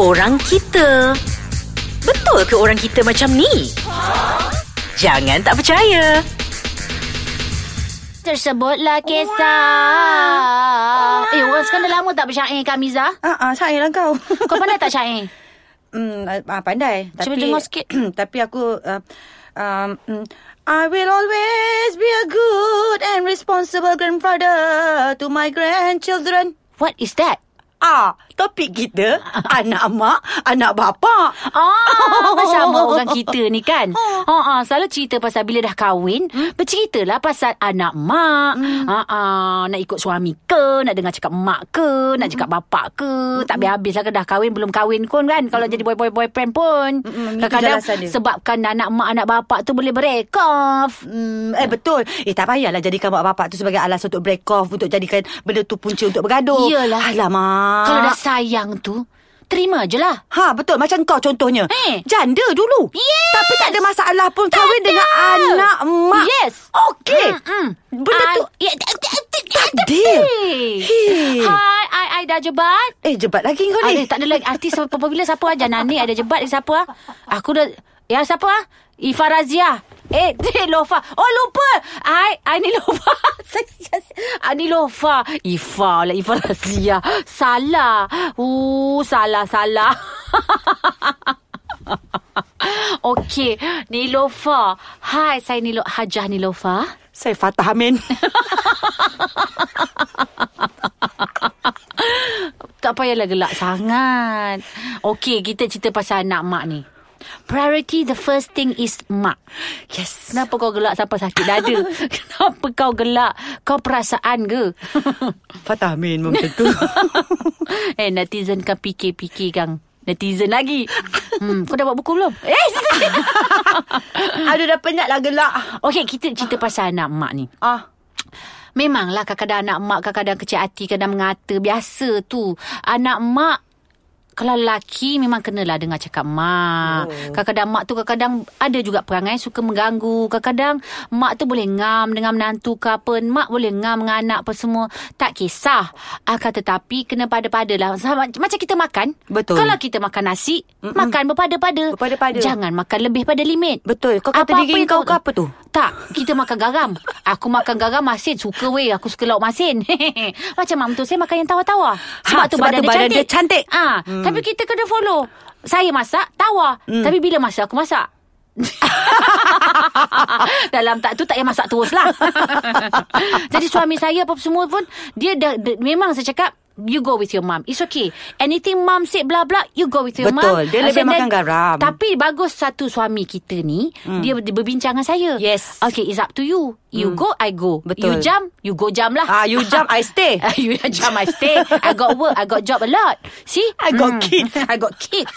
orang kita. Betul ke orang kita macam ni? Jangan tak percaya. Tersebutlah kisah. lah Eh, orang sekarang dah lama tak bersyair, Kamiza. Ah, ah saya lah kau. Kau pandai tak syair? Hmm, ah, pandai. Cuba tapi, jenguk sikit. tapi aku... Uh, um, mm, I will always be a good and responsible grandfather to my grandchildren. What is that? Ah, topik kita anak mak, anak bapa. Ah, bersama orang kita ni kan. Ha ah, Hmm. selalu cerita pasal bila dah kahwin, berceritalah pasal anak mak. Ha ah, nak ikut suami ke, nak dengar cakap mak ke, nak cakap bapak ke. Tak habis-habis lah ke dah kahwin belum kahwin pun kan. Kalau jadi boy boy boyfriend pun. Mm-mm, itu Kadang-kadang jelasan dia. sebabkan anak mak anak bapak tu boleh break off. Hmm, eh betul. Eh tak payahlah jadikan mak bapak tu sebagai alasan untuk break off, untuk jadikan benda tu punca untuk bergaduh. Iyalah. Alamak. Kalau dah sayang tu, terima je lah. Ha betul macam kau contohnya Eh. Janda dulu Yes. Tapi tak ada Mm, masalah pun Kahwin ada. dengan anak mak Yes. Okey Mm-mm. Benda tu I, ya, tak- tak- tak- Takdir Hey. Hey. Hai, I, I dah jebat. Eh jebat lagi kau Ah, eh, ni tak ada lagi artis siapa popular siapa aja Nani ada jebat lagi siapa ah? Aku dah ya siapa ah? Ifa Razia. Eh, eh Lofa. Oh lupa. Ai ai ni Lofa. Ah, ni Lofa. Ifa lah Ifa Razia. Salah. Uh, salah salah. Okey, Nilofa. Hai, saya Nilo Hajah Nilofa. Saya Fatah Amin Tak payahlah gelak sangat. Okey, kita cerita pasal anak mak ni. Priority the first thing is mak. Yes Kenapa kau gelak sampai sakit dada? Kenapa kau gelak? Kau perasaan ke? Fatah Amin macam tu eh, netizen kan fikir-fikir kang. Netizen lagi. Hmm, kau dah buat buku belum? Eh, Aduh dah penat lah gelak Okey, kita cerita pasal anak mak ni. Ah, Memanglah kadang-kadang anak mak kadang-kadang kecil hati kadang mengata biasa tu. Anak mak kalau lelaki memang kenalah dengar cakap mak. Oh. Kadang-kadang mak tu kadang-kadang ada juga perangai suka mengganggu. Kadang-kadang mak tu boleh ngam dengan menantu ke apa. Mak boleh ngam dengan anak apa semua. Tak kisah. Akan tetapi kena pada-padalah. Sama, macam kita makan. Betul. Kalau kita makan nasi, Mm-mm. makan berpada-pada. Berpada-pada. Jangan makan lebih pada limit. Betul. Kau kata Apa-apa diri yang kau ke apa tu? tak, kita makan garam. Aku makan garam masin. Suka weh, aku suka lauk masin. Macam mak mentua saya makan yang tawa-tawa. Sebab Ha, tu sebab badan, tu dia, badan cantik. dia cantik. Ah, hmm. Tapi kita kena follow. Saya masak, tawa. Hmm. Tapi bila masa aku masak? Dalam tak tu tak payah masak terus lah. Jadi suami saya apa semua pun, dia dah, dia, memang saya cakap, You go with your mum. It's okay. Anything mum said blah blah, you go with your mum. Betul. Dia And lebih then- makan garam. Tapi bagus satu suami kita ni, hmm. dia, dia berbincang dengan saya. Yes. Okay, it's up to you. You hmm. go, I go. You Betul. jump, you go jump lah. Ah, you jump, I stay. you jump, I stay. I got work, I got job a lot. See? Hmm. I got kids. I got kids.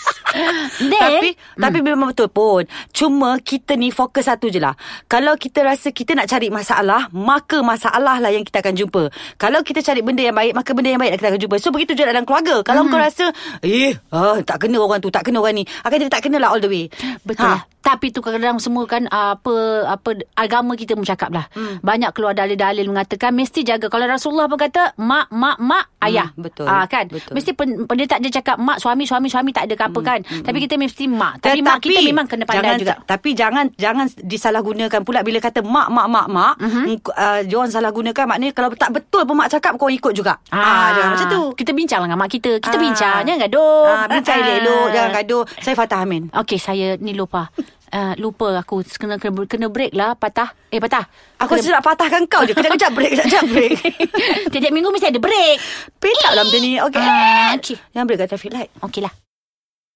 Then, hmm. Tapi tapi memang betul pun. Cuma kita ni fokus satu je lah. Kalau kita rasa kita nak cari masalah, maka masalah lah yang kita akan jumpa. Kalau kita cari benda yang baik, maka benda yang baik lah kita akan jumpa. So begitu juga dalam keluarga. Kalau Hmm. kau rasa, eh, ah, tak kena orang tu, tak kena orang ni. Akan jadi tak kena lah all the way. Betul. Ha. Tapi tu kadang-kadang semua kan ah, apa apa agama kita bercakap lah. Hmm. Banyak keluar dalil-dalil mengatakan mesti jaga. Kalau Rasulullah pun kata mak mak mak ayah. Hmm, betul. Ah kan. Betul. Hmm, Mesti pen, dia tak ada cakap mak suami suami suami tak ada ke apa kan. Tapi kita mesti mak. Tapi, mak kita memang kena pandai jangan, juga. Tapi jangan jangan disalahgunakan pula bila kata mak mak mak mak, Mhm. mm-hmm. uh, dia orang salah gunakan maknanya kalau tak betul pun mak cakap kau ikut juga. Ah, jangan macam tu. Kita bincang lah dengan mak kita. Kita Ah. bincang jangan gaduh. Ah, bincang elok-elok, jangan gaduh. Saya Fatah Amin. Okey, saya ni lupa. Uh, lupa aku kena kena, kena break lah patah. Eh patah. Aku rasa nak patahkan kau je. Kejap-kejap break, kejap-kejap break. Tiap-tiap minggu mesti ada break. Pin tak lah benda ni. Okay. Ah, okey. Yang break kat traffic light. Okey lah.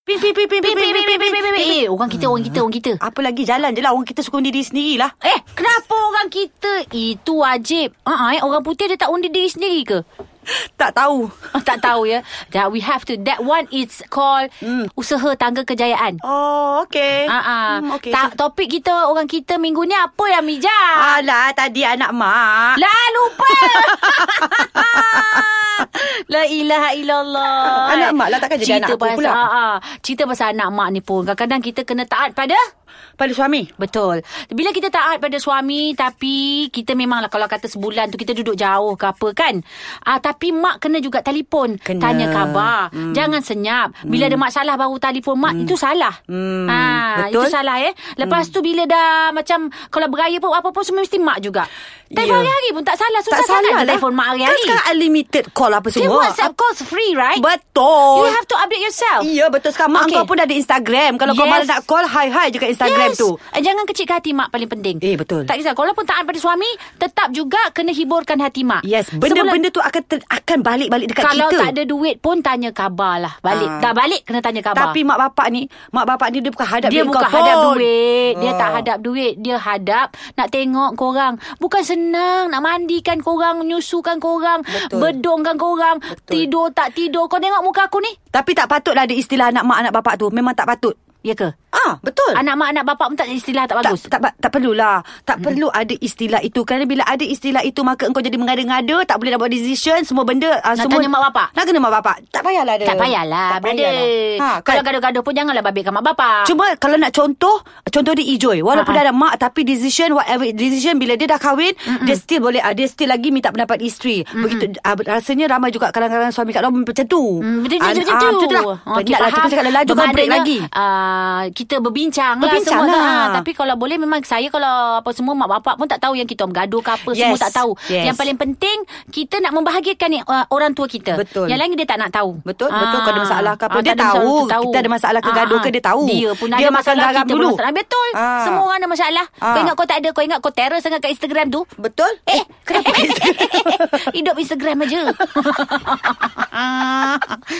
Pin, pin, pin, pin, pin, pin, pin, pin, pin, pin, pin. Eh, orang kita, orang kita, orang kita. Apa lagi jalan je lah. Orang kita suka undi diri sendiri lah. Eh, kenapa orang kita itu wajib? Ah, uh-uh, eh, orang putih dia tak undi diri sendiri ke? Tak tahu. tak tahu ya. That we have to. That one is called Hmm. mm. usaha tangga kejayaan. Oh, okay. Ah, ah. Hmm, okay. Ah. Ta- topik kita orang kita minggu ni apa ya Mija? Alah, tadi anak mak. Lah lupa. La ilaha illallah. ah, Anak mak lah, takkan jadi anak aku pula. Aa, cerita pasal anak mak ni pun kadang-kadang kita kena taat pada pada suami. Betul. Bila kita taat pada suami tapi kita memanglah kalau kata sebulan tu kita duduk jauh ke apa kan. Ah tapi mak kena juga telefon, Kena. Hmm. tanya khabar. Jangan senyap. Bila ada masalah baru telefon mak itu salah. Hmm, itu betul. Hmm. salah eh. Lepas tu bila dah macam kalau beraya pun apa pun semua mesti mak juga. Telefon Ya. hari-hari pun tak salah. Susah sangat lah. telefon mak Kan hari-hari. sekarang unlimited call apa Okay, semua. WhatsApp calls free right? Betul. You have to update yourself. Ya betul sekarang Mak Okey. okay. kau pun dah ada Instagram Kalau yes. kau Yes. malas nak call Hai-hai je kat Instagram yes. tu Eh, Jangan kecil ke hati mak paling penting. Eh, betul. Tak kisah. Kalau pun taat pada suami, tetap juga kena hiburkan hati mak. Yes Sebelum- Benda-benda tu akan ter, akan balik-balik dekat kalau kita tak ada duit pun tanya khabar lah. Balik. Ah. Dah balik kena tanya khabar. Tapi mak bapak ni Mak bapak ni dia bukan hadap dia duit bukan kau hadap pun. duit. Dia Ah. tak hadap duit. Dia hadap nak tengok korang. Bukan senang nak mandikan korang, nyusukan korang, Betul. bedongkan korang, Betul. tidur tak tidur. Kau tengok muka aku ni? Tapi tak patutlah ada istilah anak mak anak bapak tu Memang tak patut Ya ke? Ah betul Anak mak, anak bapak pun tak ada istilah tak tak, bagus. tak, tak, tak perlulah Tak hmm. perlu ada istilah itu Kerana bila ada istilah itu Maka engkau jadi mengada-ngada Tak boleh nak buat decision Semua benda ah, Nak semua, tanya mak bapak? Nak kena mak bapak Tak payahlah ada Tak payahlah, Tak brother. payahlah. Ha, Ha, Kalau kan? gaduh-gaduh pun janganlah babitkan mak bapak. Cuma kalau nak contoh Contoh dia Ijoy Walaupun Ha-ha. dah ada mak Tapi decision Whatever decision Bila dia dah kahwin ah. Mm-mm. Dia still boleh ah, Dia still lagi minta pendapat isteri Mm-mm. Begitu ah, Rasanya ramai juga Kalangan-kalangan suami kat luar Macam tu Hmm, betul Ah, betul betul. betul, ah, Macam tu lah Okey, Penat lah Kita faham. cakap laju Kau break Bermaknanya, lagi lah. ah, kita berbincang, Berbincang lah semua. lah. Ah, tapi kalau boleh memang saya kalau apa semua mak bapak pun tak tahu yang kita bergaduh ke apa semua Yes. tak tahu. Yes. Yang paling penting kita nak membahagiakan ni, ah, orang tua kita. Betul. Yang lain dia tak nak tahu. Ah, Betul, betul. Kalau ada masalah ke apa, tak dia ada tahu. masalah, Kita ada masalah ke gaduh ah, ke, dia tahu. Dia pun Dia ada makan masalah, garam kita pun dulu. masalah. Betul. Ah. Semua orang ada masalah. Kau Ah. ingat kau tak ada, kau ingat kau terror sangat kat Instagram tu. Betul Eh, Kenapa kau Hidup Instagram aja.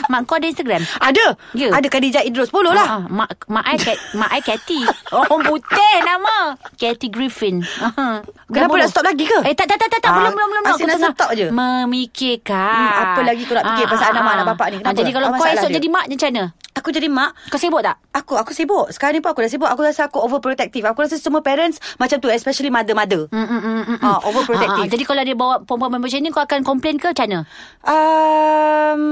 mak kau ada Instagram? Ada Ya. Ada Khadijah Idrus 10 lah Ah, ah, mak mak ai Kat- mak ai Cathy. Orang putih nama. Cathy Griffin. Ah, Kenapa dah nak stop lagi ke? Eh tak tak tak tak, tak. Ah, belum belum belum. asyik nak stop je. memikirkan. Hmm, apa lagi kau nak fikir pasal anak mak, anak bapak ni? Ah, Kenapa? jadi kalau Apa kau masalah esok dia? jadi mak macam mana? Aku jadi mak Kau sibuk tak? Aku aku sibuk Sekarang ni pun aku dah sibuk Aku rasa aku overprotective Aku rasa semua parents Macam tu Especially mother-mother Mm, mm, mm, mm, mm. Ah, Ah, ah, overprotective. jadi kalau dia bawa perempuan macam ni kau akan komplain ke macam mana? um,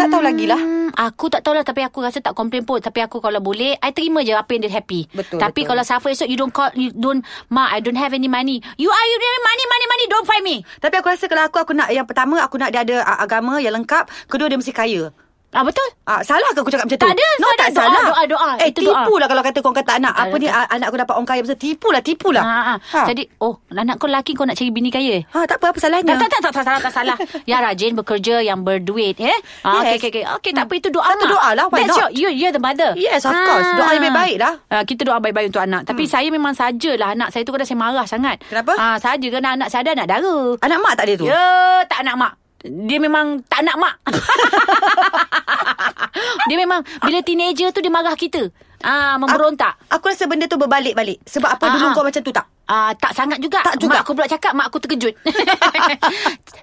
Tak tahu lagi lah Hmm, aku tak tahulah tapi aku rasa tak komplain pun tapi aku kalau boleh I terima je apa yang dia happy. Betul, tapi betul. kalau suffer esok you don't call you don't ma I don't have any money. You are you money money money don't find me. Tapi aku rasa kalau aku Aku nak yang pertama Aku nak dia ada ah, agama yang lengkap Kedua dia mesti kaya Ah betul. Ah, salah ke aku cakap macam tu? Tak ada, No, salah. tak Doa, salah. doa, doa. Eh, Itu doa. tipu lah kalau kata kau kata anak. Tak Apa ada, ni, ah, anak aku dapat orang kaya besar. Tipu lah, tipu lah. Ha, ha. ha. Jadi oh anak kau lelaki kau nak cari bini kaya. eh? ha, tak apa, apa salahnya? Tak, tak, tak, tak, tak, salah, tak salah. Yang rajin bekerja, yang berduit, eh? Ah, yes. Yes. okay, okay, okay. Okay, tak apa, itu doa Satu mak. doa lah, why That's not? your, you, you're the mother. Yes, of course. Doa yang baik-baik lah. Hmm. Ah, kita doa baik-baik untuk anak. Tapi saya memang sajalah anak saya tu kadang saya marah sangat. Kenapa? Ah, saja kerana anak saya ada anak dara. Anak mak tak ada tu? Ya, tak nak mak. Dia memang tak nak mak. dia memang bila teenager tu dia marah kita. Ah, memberontak. Aku rasa benda tu berbalik-balik. Sebab Ah, apa dulu ah. kau macam tu tak? Ah, tak sangat juga. Tak juga. Mak aku pula cakap, mak aku terkejut.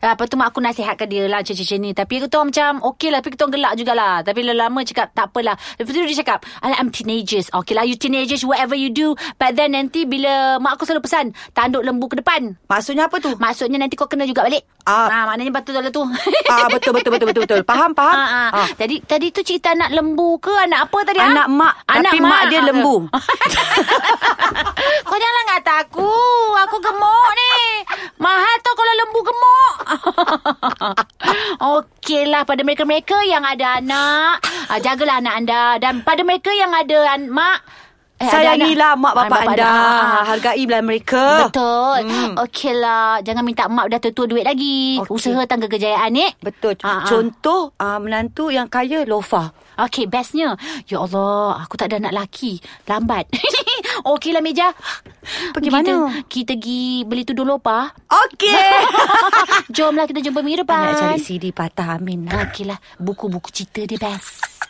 Ah, Lepas tu mak aku nasihatkan dia lah macam-macam ni. Tapi kita orang macam, okey lah. Tapi kita orang gelak jugalah. Tapi lama-lama cakap, tak apalah. Lepas tu dia cakap, Alah, I'm teenagers. Okay lah, you teenagers, whatever you do. But then nanti bila mak aku selalu pesan, tanduk lembu ke depan. Maksudnya apa tu? Maksudnya nanti kau kena juga balik. Ah, Ah. maknanya betul lah tu. ah, betul, betul, betul, betul, betul. Faham, faham? Ah, ah. Ah. Tadi tadi tu cerita anak lembu ke anak apa tadi? Anak ah? mak. Tapi mak dia lembu. Kau janganlah kata aku. Aku gemuk ni. Mahal tau kalau lembu gemuk. Okeylah pada mereka-mereka yang ada anak, ah, jagalah anak anda dan pada mereka yang ada an- mak eh, ada Sayangilah anak. mak bapak Ah, anda. Ah, ah. Hargai belah mereka. Betul. Hmm. Okeylah, jangan minta mak dah tua-tua duit lagi. Okey. Usaha tangga kejayaan ni. Betul. Ah, ah. Contoh ah, menantu yang kaya lofa. Okay, bestnya. Ya Allah, aku tak ada anak laki. Lambat. Okeylah, Meja. kita, Pergi mana? Kita pergi beli tudung lopa. Okey. Jomlah kita jumpa minggu depan. Nak cari CD patah Amin lah. Okeylah, buku-buku cerita dia best.